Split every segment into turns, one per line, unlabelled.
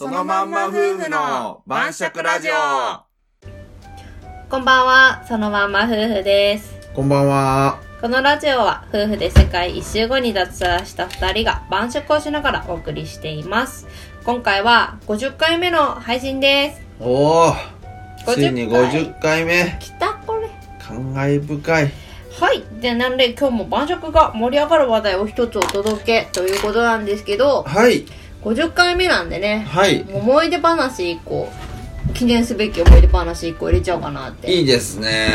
のまんま夫婦の晩酌ラジオ
こんばんは、そのまんま夫婦です。
こんばんは。
このラジオは夫婦で世界一周後に脱サラした2人が晩酌をしながらお送りしています。今回は50回目の配信です。
おお
50
ついに50回目。
来たこれ。
感慨深い。
はい。で、なんで今日も晩酌が盛り上がる話題を一つお届けということなんですけど、
はい。
50回目なんでね、
はい。
思い出話1個、記念すべき思い出話1個入れちゃおうかなって。
いいですね。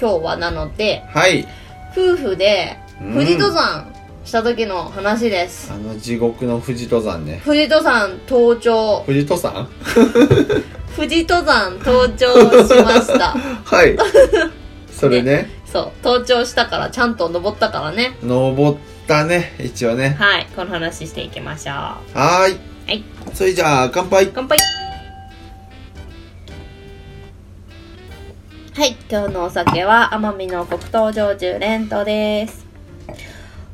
今日はなので、
はい。
夫婦で
うん
富士登山した時の話です。
あの地獄の富士登山ね。
富士登山登頂
富士登山
富士登山登頂しました
はい。それね、
そう登頂したからちゃんと登ったからね
登ったね、一応ね。
はいこの話していきましょうは
はーい。
い
それじゃあ、乾杯。
乾杯はい今日のお酒は奄美の黒糖焼酎レントです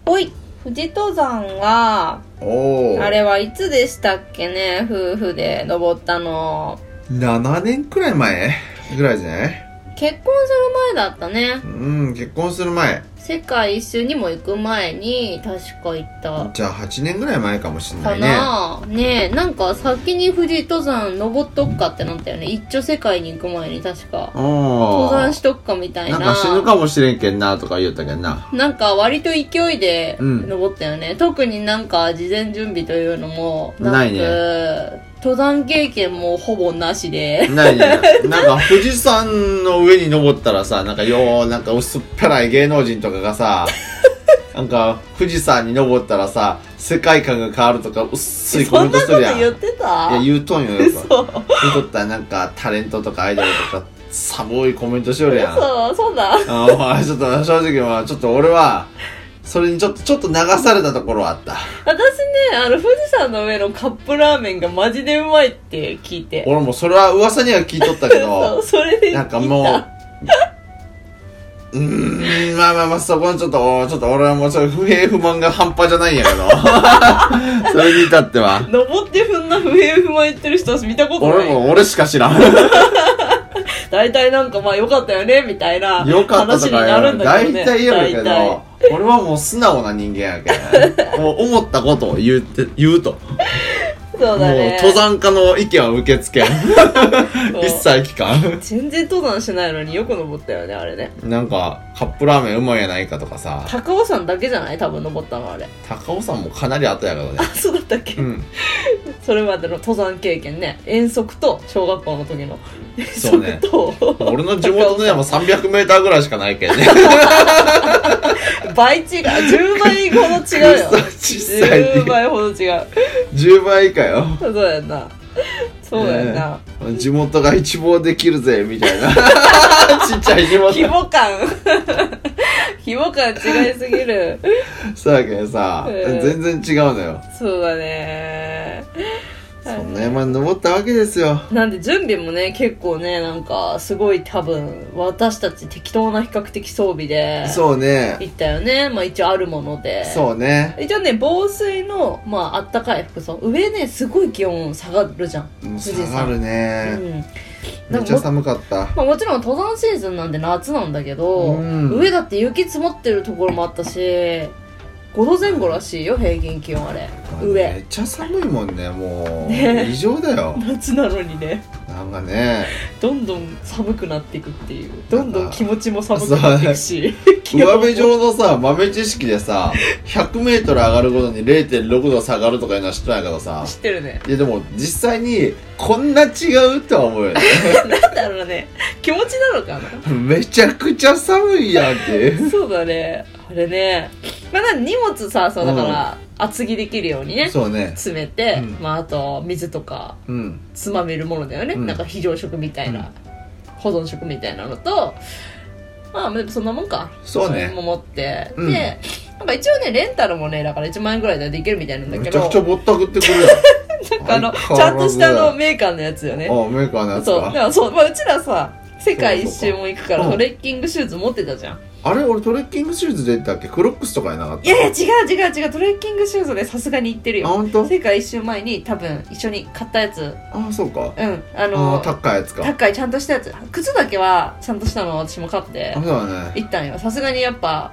ほい富士登山は
おお。
あれはいつでしたっけね夫婦で登ったの
?7 年くらい前ぐらいじゃない
結婚する前だったね
うん、結婚する前。
世界一周にも行く前に確か行った
じゃあ8年ぐらい前かもしれな
か
いね。
なねえなんか先に富士登山登っとくかってなったよね一丁世界に行く前に確か登
登
山しとくかみたいな
なんか死ぬかもしれんけんなとか言うたけんな。
なんか割と勢いで
うん
登ったよね、特になんか事前準備というのもなく
ないね
登山経験もほぼなしで
ないね。 なんか富士山の上に登ったらさ、なんかよう、なんか薄っぺらい芸能人とかが さ、なんか富士山に登ったらさ、世界観が変わるとか薄いコ
そ
メン
ん
ト
なこ
す
と
るやん。い
言
や
ってた
言うとんよ、やっぱ。
嘘
言うとったらなんかタレントとかアイドルとか、寒いコメントしよるやん。
嘘そうだ
あーまあちょっと正直まあちょっと俺は、それにちょっと、ちょっと流されたところはあった。
私ねあの富士山の上のカップラーメンがマジでうまいって聞いて
俺もそれは噂には聞いとったけ
そ
ど
う、 それで
なんかもう、うーん、まあまあまあ、そこのちょっと、ちょっと俺はもう、不平不満が半端じゃないんやけど。それに至っては。
登ってふんな不平不満言ってる人見たことな
俺
い
も、俺しか 知らん。
大体なんかまあ良かったよねみたいな
よかった
話
と
に
か
なる
よ、
んだけ
大
どね
体言うけど
大、
俺はもう素直な人間やけん。もう思ったことを言って、言うと。
体そうだ
もう
ね
登山家の意見は受け付けん。
そう
一切聞かん。
全然登山しないのによく登ったよねあれね
なんか、カップラーメンうまいやないかとかさ、
高尾山だけじゃない多分登ったのあれ
高尾山もかなり後やけどね
あ。そうだったっけ、
うん。
それまでの登山経験ね遠足と小学校の時の遠
そうね
足と、
俺の地元の山300メーターぐらいしかないけんね。
倍違う10倍ほど 違うよ
小さいって
10倍ほど違う
10倍以下よ
そうやんなそうやんな、
地元が一望できるぜみたい なちっちゃい地
規
元
模感規模感違いすぎる
そうやけんさ、
ええ
全然違うのよ
そうだね
そんな山に登ったわけですよ
なんで準備もね結構ねなんかすごい多分私たち適当な比較的装備で
そうね
行ったよねまあ一応あるもので
そうね
一応ね防水のまああったかい服装上ねすごい気温下がるじゃん、
もう
富士
下
山
がる
う
ね、
ん、
めっちゃ寒かった
まあ、もちろん登山シーズンなんで夏なんだけど、
うん
上だって雪積もってるところもあったし5度前後らしいよ平均気温あれ
め
上
っちゃ寒いもんねもう
ね
異常だよ
夏なのにね
なんかね
どんどん寒くなっていくっていうどんどん気持ちも寒く
そう
なっていくし気
上
温も
辺上のさ豆知識でさ 100m 上がるごとに0.6度下がるとかいうのは知っとんやけどさ
知ってるね
いやでも実際にこんな違うとは思うよね
なんだろうね気持ちなのかな
めちゃくちゃ寒いやんって
そうだねあれねまあなん荷物さそうだから厚着できるようにね
そうね
詰め
う
て、
ん
まああと水とか
うん
つまめるものだよね、
うん
なんか非常食みたいな、
うん
保存食みたいなのとまあでもそんなもんか
そうね
も持って、
うん
でなんか一応ねレンタルもねだから1万円ぐらいでできるみたいなんだ
め
け
ちゃ
ど
くちゃぼったくってくる
なんかあのちゃんとしたあのメーカーのやつよね
やんあメーカーのやつ
そうだか
から
そう、まあ、うちらさ世界一周も行くから
うん
トレッキングシューズ持ってたじゃん
あれ俺トレッキングシューズで行ったっけクロックスとかやなかった
いやいや違う違う違うトレッキングシューズでさすがに行ってる
あ
よ
本当？
世界一周前に多分一緒に買ったやつ
あそうか
うんあ
あ
の
ー高いやつか
高いちゃんとしたやつ靴だけはちゃんとしたのを私も買って
あそうだね
行ったんよさすがにやっぱ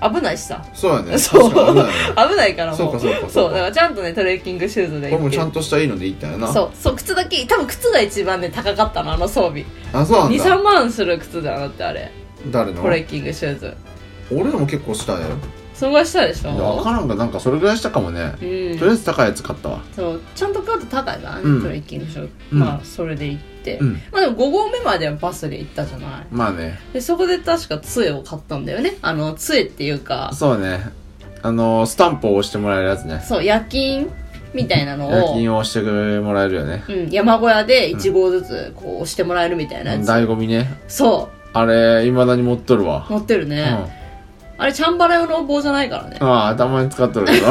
危ないしさ
そうだね
そう
確かにそうだね
危 ないからもう
そうかそうか
そ
そうう
だか
から
ちゃんとねトレッキングシューズで
これ
行
も
って
ちゃ
る
んとしたいいので行ったよな
そうそう靴だけ多分靴が一番ね高かったのあの装備
あそうなんだ
23万する靴だなってあれ
誰の
トレッキングシューズ
俺のも結構したよ
そのぐらいしたでし
いやわ
ょ
からんがなんかそれぐらいしたかもね
う
とりあ
ん
えず高いやつ買ったわ
そうちゃんと買うと高いからね、
うん
トレッキングシューズ、
うん
まあそれで行って、
うん
まあでも5合目まではバスで行ったじゃない
まあね
でそこで確か杖を買ったんだよねあの杖っていうか
そうねあのスタンプを押してもらえるやつね
そう夜勤みたいなのを
夜勤を押してもらえるよね
うん、山小屋で1号ずつこう押してもらえるみたいなやつ、
醍醐味ね
そ
あれいまだに持っとるわ
う持ってる
うん
ね、
あ
あれチャンバラ用の棒じゃないからね
あ頭に使っとる けど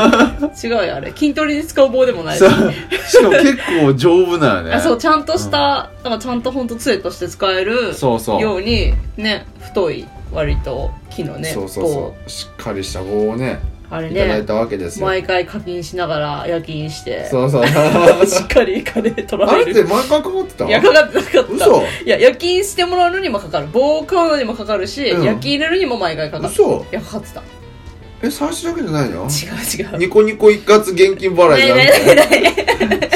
違うよあれ筋トレに使う棒でもない し
そうしかも結構丈夫なよね
あそうちゃんとした、なんかちゃんとほんと杖として使える
そうそう
ようにね太い割と木のね
そうそうそうしっかりした棒をね
棒あれ
いただ
ね
いたわけですよ、
毎回課金しながら夜勤して
そうそう
しっかり金取
あ
られ
れって
る
毎回かかってた
いやかかってなかった
嘘
いや夜勤してもらうのにもかかる棒を買うのにもかかるし、
うん
夜勤入れるにも毎回かかる
嘘
いやかかってた
え最初だけじゃないの
違う違う。
ニコニコ一括現金払
ないい
だ
ないないないない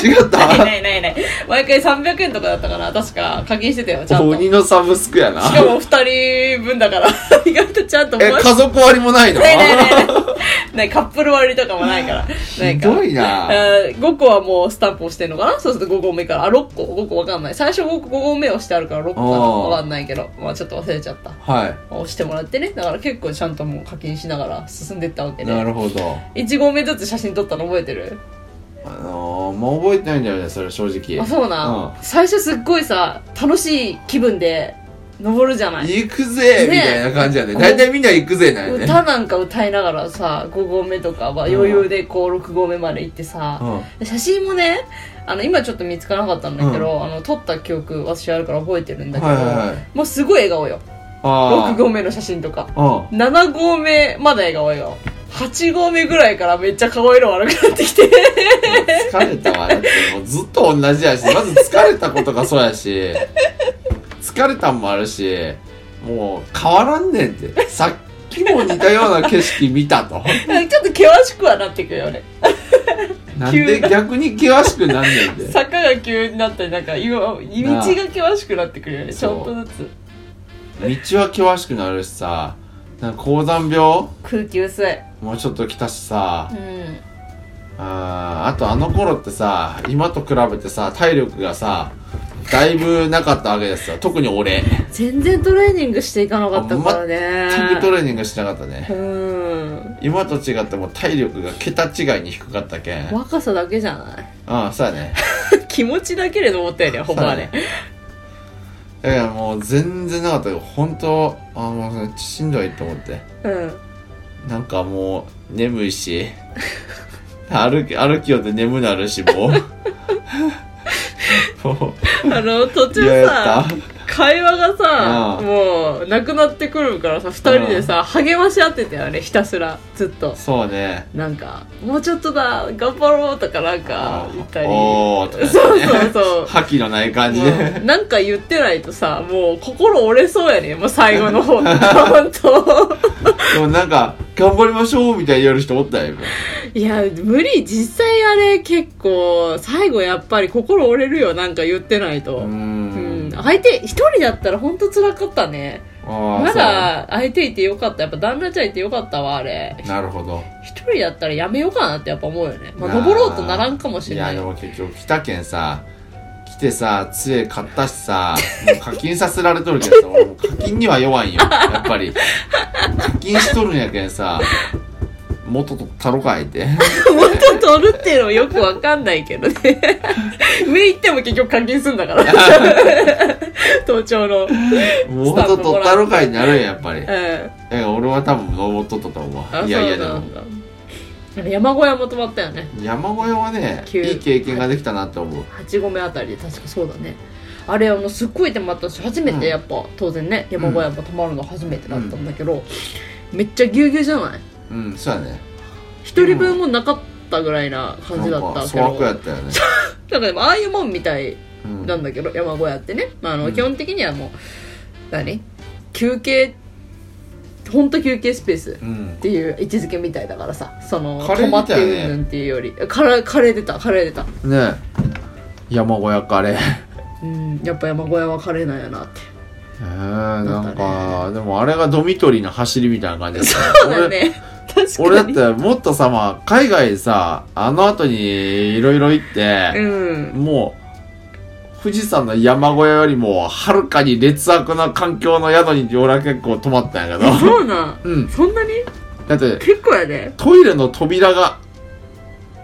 違った
ないないない。毎回300円とかだったから、確か課金してたよ、ちゃんと。し
鬼のサブスクやな
かも2人分 だから、意外とちゃんと
え
回し
家族割もないの
ないないないない。ないカップル割とかもないから。ない
ひ
から。
どいな
えー5個はもうスタンプ押してんのかなそうすると5合目から。あ、6個 ?5 個わかんない。最初 5, 個5合目押してあるから6個かな
おー
わかんないけど。まあちょっと忘れちゃった。ま
は
あ押してもらってね。だから結構ちゃんともう課金しながら進んでったわけ
い
で。
なるほど
1合目ずつ写真撮ったの覚えてる
あのー、もう覚えてないんだよねそれ正直
あそうなん、最初すっごいさ楽しい気分で登るじゃない、
行くぜ
ね
みたいな感じやね大体みんな行くぜなんやね
歌なんか歌いながらさ5合目とかは余裕でこう6合目まで行って
う
さ、
ん
写真もねあの今ちょっと見つからなかったんだけど、あの撮った記憶私あるから覚えてるんだけ
は
ど、
いはいはい
もうすごい笑顔よ
あ
6合目の写真とか
あ
7合目まだ笑顔よ8合目ぐらいからめっちゃ顔色悪くなってきて
疲れたわだってもうずっと同じやしまず疲れたことがそうやし疲れたんもあるしもう変わらんねんってさっきも似たような景色見たと
ちょっと険しくはなってくよね
なんで逆に険しくなんねんって
坂が急になったりなんか今道が険しくなってくるよねち
そう
ょっとずつ
道は険しくなるしさなんか高山病
空気薄い
もうちょっと来たしさ
うん
あーあとあの頃ってさ今と比べてさ体力がさだいぶなかったわけですよ特に俺
全然トレーニングしていかなかったから
全くト
ね
レーニングしなかったね
うん
今と違ってもう体力が桁違いに低かったけん
若さだけじゃない
うんそうやね
気持ちだけで登ったよねほんまはね
いやいやもう全然なかったよ本当あーもうしんどいと思って
うん
なんかもう眠いし歩き歩きよって眠なるし もうも
あの途
う嫌
中
やっ
さ会話が
あ
さ
あ
もうなくなってくるからさ二人でさ励まし合ってたよねひたすらずっと
たそうね
なんか「もうちょっとだ頑張ろう」とかなんか言ったり
おーとかね
そうそうそう
覇気のない 感じ
も
で
うなんか言ってないとさもう心折れそうやねもう最後の方本当
でもなんか頑張りましょうみたいにやる人おったよ今
いや無理実際あれ結構最後やっぱり心折れるよなんか言ってないと、
うー
うん
ん
相手一人だったら本当辛かったね
あー
まだ相手いてよかったやっぱ旦那ちゃんいてよかったわあれ
そうなるほど
一人だったらやめようかなってやっぱ思うよね、まあ、
なあ
登ろうとならんかもし
い
れな
や
い
でも結局来たけんさ来てさ杖買ったし さもう課金させられとるけどさ俺もう課金には弱いんよやっぱり課金しとるんやけんさ元とったろかいっ て
もっと取るっていうのもよくわかんないけどね 上行っても結局課金すんだ から盗聴の
元とったろかいになるんややっぱりい
うん
や俺は多分登っとったと思
あ
ういやいや
そ
で
うな
も
んだでも山小屋も泊まったよね
山小屋はね
急
いい経験ができたなって思う
8合目あたりで確かそうだねあれあのすっごいでも私初めてやっぱ、当然ね山小屋も泊まるの初めてだったんだけど、めっちゃぎゅうぎゅうじゃない
うんそうやね
一人分もなかったぐらいな感じだっ
なんか
たけ
粗
ど
悪やったよね、
なんかでもああいうもんみたい
うん、
なんだけど山小屋ってね、まあ、あ
う
の
ん
基本的にはもう何休憩ほんと休憩スペース
うん
っていう位置づけみたいだからさその
カレー
泊まって
みたいね
うんぬんっていうよりカレーカレー出たカレー出た
ねえ山小屋カレー
うんやっぱ山小屋はカレーなんやなって
えー、
な
なんん
か
か、でもあれがドミトリーの走りみたいな感じだった
そうだよね確かに
俺俺だってもっとさ、まあ、海外さあの後にいろいろ行って、
うん
もう富士山の山小屋よりもはるかに劣悪な環境の宿に俺は結構泊まったんやけど
そうなん
うん
そんなに
だって
結構やで
トイレの扉が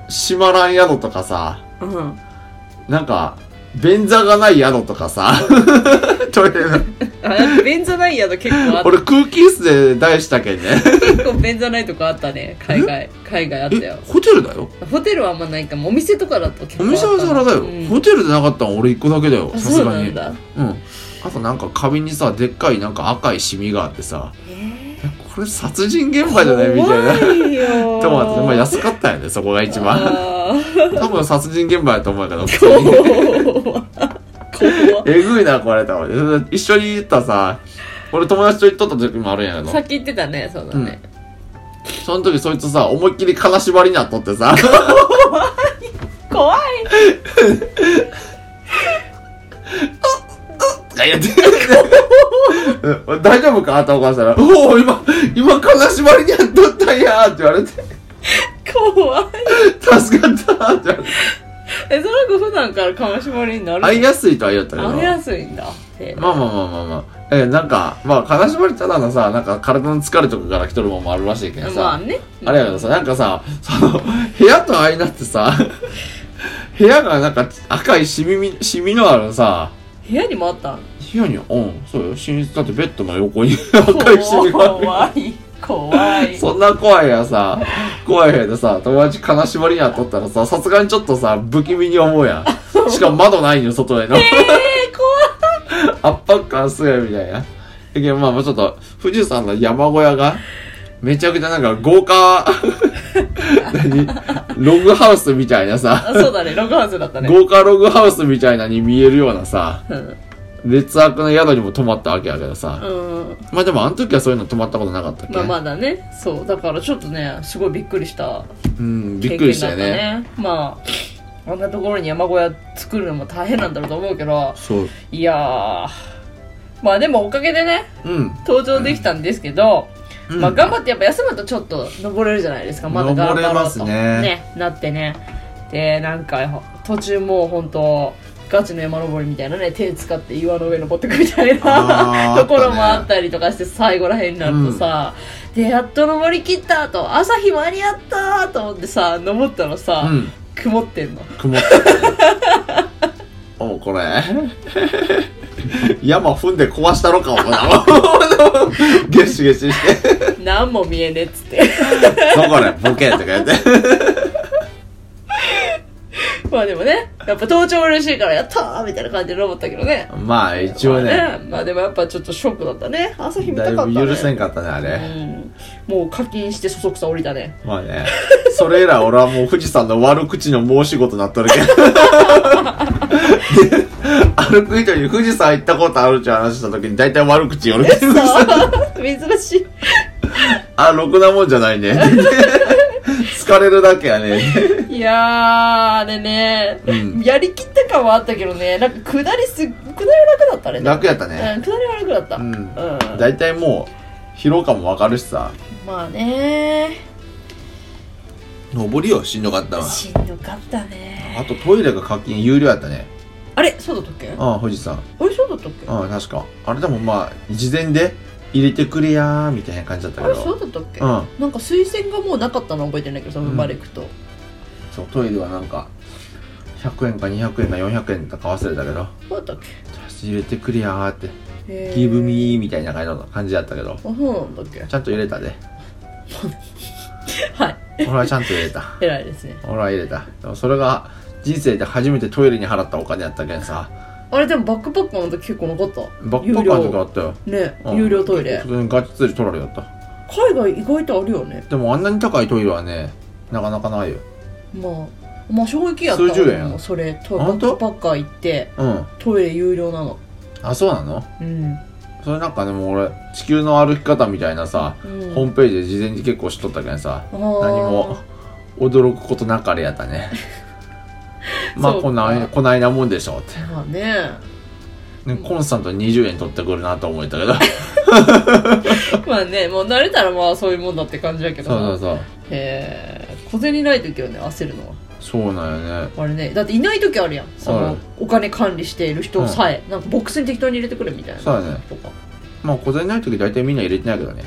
閉まらん宿とかさ
うん
なんか便座がない宿とかさ トイレの
あ便座ない宿結構あった
俺空気椅子で題したけんね
結構便座ないとこあったね海外海外あったよ
ホテルだよ
ホテルはあんまないかもお店とかだと結構
お店は皿だよ、
うん
ホテルでなかったの俺一個だけだよ
あ
さ
そ
す
う
が
な
に
んだ
うんあとなんか壁にさでっかいなんか赤いシミがあってさえこれ殺人現場じゃないみたいな
怖いよ
と思って、まあ、安かったよねそこが一番
あー
多分殺人現場やと思うけど普
怖
通に
っ怖っ
えぐいなこれと思って一緒に行ったさ俺友達と行っとった時もあるんやけ
さ
ど
っき言ってたねそうだね、
その時そいつさ思いっきり金縛りになっとって さ
怖い
とか言ってうん俺大丈夫かと思ったら「おお今今金縛りにやっとったんや」って言われて
怖い
助かったって言われて
えその子普段から金縛りになる
会いやすいとは言ったけど
あれやすいんだへ
まあまあまあまあまあえなんかまあ金縛りただのさなんか体の疲れとかから来とるもんもあるらしいけどさ、
まあね
あれやけどさなんかさその部屋と相なってさ部屋がなんか赤いシミみシミのあるさ
部屋にもあったん
部屋にうんそうよ寝室だってベッドの横に 赤いシミがある
怖い怖い
そんな怖いやさ、怖い部屋でさ、友達金縛りにあっとったらさ、さすがにちょっとさ、不気味に思うやん。しかも窓ないよ、外への。圧迫感すごいみたいな。だけどまあまあちょっと、富士山の山小屋が、めちゃくちゃなんか豪華、 何ログハウスみたいなさ、
あそうだねログハウスだったね
豪華ログハウスみたいなに見えるようなさ、
うん
劣悪な宿にも泊まったわけやけどさ。
うん
まあでもあの時はそういうの泊まったことなかったっけ、
まあまだねそうだからちょっとねすごいびっくりした
うん、び
経
っくり
験
した
だった
よ
ねまああんなところに山小屋作るのも大変なんだろうと思うけど
そう。
いやーまあでもおかげでね
うん。
登場できたんですけど、
うん
まあ、頑張ってやっぱ休むとちょっと登れるじゃないですかまだ頑張ろうと
登れますね
なってねでなんか途中もう本当ガチの山登りみたいなね手使って岩の上登ってくみたいな
あー
ところもあったりとかして最後らへんになるとさ、でやっと登り切ったと朝日間に合ったと思ってさ登ったらさ、
うん。
曇ってんの
曇ったね おうこれ。 山踏んで壊したろか、お前。 ゲシゲシして。
何も見えねえっつって
どこれ、ボケとか言って。
まあでもねやっぱ登頂嬉しいからやったーみたいな感じで登ったけどね
まあ、一応ね、
まあまあでもやっぱちょっとショックだったね朝日見た
だい
かった
ぶ
ね
許せんかったね、あれ。
うん、もう課金してそそくさ降りたね
まあね。それ以来俺はもう富士山の悪口の申し事になっとるけど。で歩く人に富士山行ったことあるって話した時に大体悪口言われてる。
珍しい
あ、ろくなもんじゃないね。疲れるだけやね。
いやーでね、
うん
やりきった感はあったけどねなんか下りす下りは楽だったね
楽やった
う
ね。
ん、下りは楽だった、
うん大体もう疲労感もわかるしさ
まあね
登りよしんどかったわ
しんどかったね
あとトイレが課金有料やったね
あれそうだったっけあ
ああ富士山
れそうだったっけ
ああ確かあれでもまあ事前で入れてくれやーみたいな感じだった
あ
け
れそう
ど
だったっけ、
うん
なんか推薦がもうなかったの覚えてないけどその生まれくと、
そうトイレはなんか100円か200円か400円とか忘れたけど
そうだったっ
とりあえず入れてくれやーって
けへー
ギブミーみたいな感じだったけど
あそうなんだっけ
ちゃんと入れたで
は
俺
い
はちゃんと入れた
偉いですね
俺は入れたでもそれが人生で初めてトイレに払ったお金やったけんさ
あれでもバックパッカーの時結構なかった
バックパッカーとかあったよ
有料ね、
うん
有料トイレ
普通にガチツリ取られだった
海外意外とあるよね
でもあんなに高いトイレはねなかなかないよ
まあまあ衝撃やったわ
数十円やん
それとバ
本
ッ
当
クパッカー行って
うん
トイレ有料なの
あそうなの
うん、
それなんかでも俺地球の歩き方みたいなさ、
うん、
ホームページで事前に結構知っとったけどさ
何
何も驚くことなかれやった ねまあ
そうか
こないこないなもんでしょうって
まあね
ねコンスタントに20円取ってくるなと思った けど
まあねもう慣れたらまあそういうもんだって感じだけど
そうそう
う
そう
へえ小銭ない時はね焦るのは
そうなんよね
あれねだっていない時あるやんその、
はい
お金管理している人さえ、なんかボックスに適当に入れてくれみたいな
そうだね
とか
まあ小銭ない時大体みんな入れてないけどね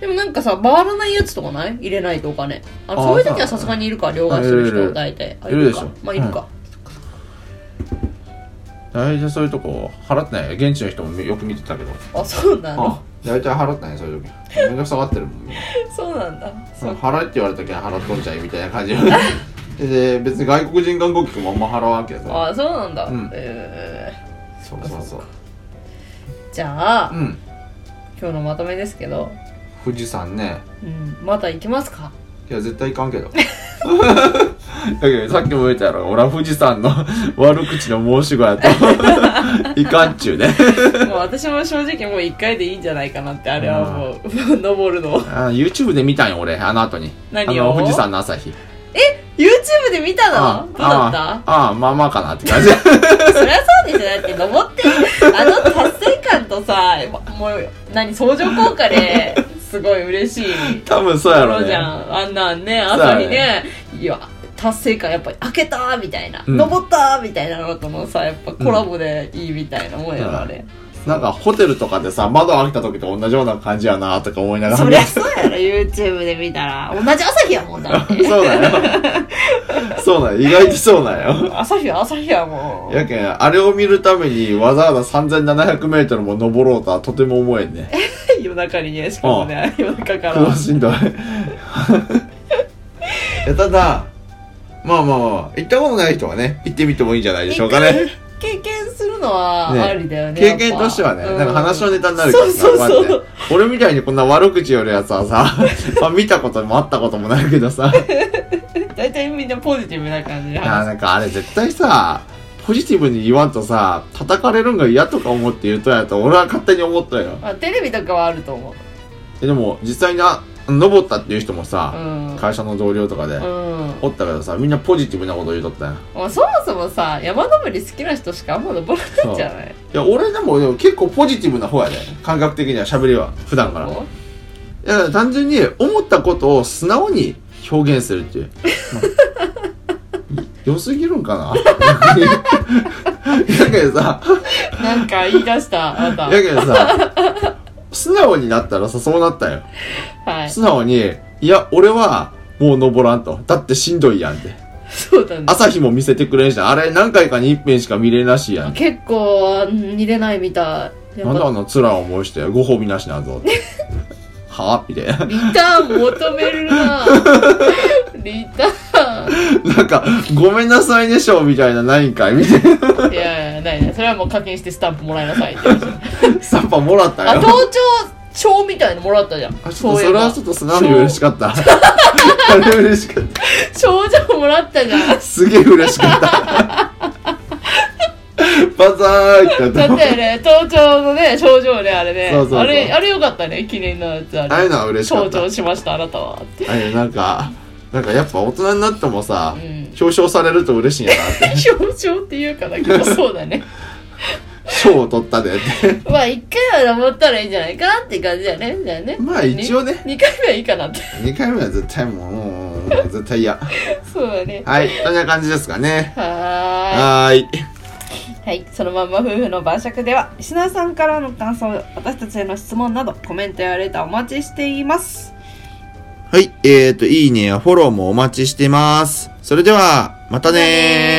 でもなんかさ回らないやつとかない入れないとお金あの
あー
そういう時はさすがにいるか両替する
いるい
人
る
大体あ
いるでしょ
かまあいるか、
大体そういうとこ払ってないよ現地の人もよく見てたけど
あそうなの
大体払ってないそういう時めんどくさがってるもんみんな
そうなんだそう
払えって言われたけん払っとんちゃいみたいな感じ で別に外国人観光客もあんま払わんけどさ
あそうなんだ、
うん
え
そうそうそう
ーじゃあ、
うん
今日のまとめですけど、
富士山ね
うん、また行きますか
いや絶対行かんけ どだけどさっきも言ったやろ俺は富士山の 悪口の申し子やと いかんっちゅうね
もう私も正直もう1回でいいんじゃないかなってあれはもう 登るの
あ YouTube で見たんよ俺あの後に
何
あ
を
の富士山の朝日
YouTube で見た
あ
のどうだった
ああまあまあかなって 感じ
そりゃそうですよだって登 ってあの達成感とさもう何相乗効果ですごい嬉しい
多分そうや
とこ
ろ
ろじゃ
ね
ん、あんなんね朝にねいや達成感やっぱり開けたーみたいな、
うん
登ったーみたいなのとのさやっぱコラボでいいみたいなもんやろ あれ、
なんかホテルとかでさ窓開けた時と同じような感じやなとか思いながら
そりゃそうやろ YouTube で見たら同じ朝日やもん だって
そうなんよ。そうなんよ。意外とそうなんよ。
朝日は朝日やもん
やけん、あれを見るためにわざわざ3700メートルも登ろうとはとても思えんね。
夜中にねしかもね夜中か
苦
ら
しん どい。いやただ、まあまあまあまあ、行ったことない人はね、行ってみてもいいんじゃないでしょうかね。
経験するのは
ね
ありだよね
経験としてはね、なんか話のネタになるからさ、
そうそうそう
こやって俺みたいにこんな悪口よるやつはさ、 まあ見たこともあったこともないけどさ、
大体みんなポジティブな感じで
いや
話
なんかあれ絶対さポジティブに言わんとさ叩かれるんが嫌とか思って言うとやと俺は勝手に思ったよ
まあ、テレビとかはあると思う
えでも実際にあ登ったっていう人も
う
さ、
ん、うん
会社の同僚とかで、おったけどさみんなポジティブなこと言うとったよ
まあ、そもそもさ山登り好きな人しかあんま登らないんじゃない
いや俺でもでも結構ポジティブな方やで、感覚的には喋りは普段からい
そう
や単純に思ったことを素直に表現するって いう、まあ良すぎるんかな だけどさ
なんか言い出したあなた
だけどさ、 素直になったらさ、そうなったよ。
はい
素直に、いや、俺は、もう登らんと。だってしんどいやんって。
そうだね
朝日も見せてくれんし、あれ何回かに一遍しか見れんらしいやん。
結構似れないみたいや
な
っ
んで
ぱ
あんな辛い思いして、ご褒美なしなんぞって。 はぁみたいな。
リターン求め るなリター
なんか、ごめんなさいでしょ、みたいな、ないんかいみたいな。
ンいやいやないないそれはもう課金してスタンプもらいな さいって話
サッパもらった
あ
よ。
盗聴証みたいのもらったじゃん
あちょっと
そうい
そ
え
れは
ば
ちょっと素直に嬉しかった。 あれ嬉しかった。
症状もらったじゃんだっ
すげえ嬉しかった。バザーイってなった。
てね盗聴のね症状ねあれね
そうそうそう
あれあれよかったね記念のやつあれ
ああいうのは嬉しか
症
った。
状しましたあなたはって
あれなんか、なんかやっぱ大人になってもさ、
うん
表彰されると嬉しいんやな って。
症状っていうかだけどそうだね
賞を取ったで って。
まあ一回は登ったらいいんじゃないかなって感じだねじゃあね
まあ一応ね、
2回目はいいかなって
2回目は絶対もううん、うん絶対嫌。
そうだね
はい、そんな感じですかね。
はーい
はーい。
はい、そのまんま夫婦の晩酌では、リスナーさんからの感想、私たちへの質問など、コメントやレターお待ちしています。
はい、えっ、ー、と、いいねやフォローもお待ちしてます。それでは、また
ねー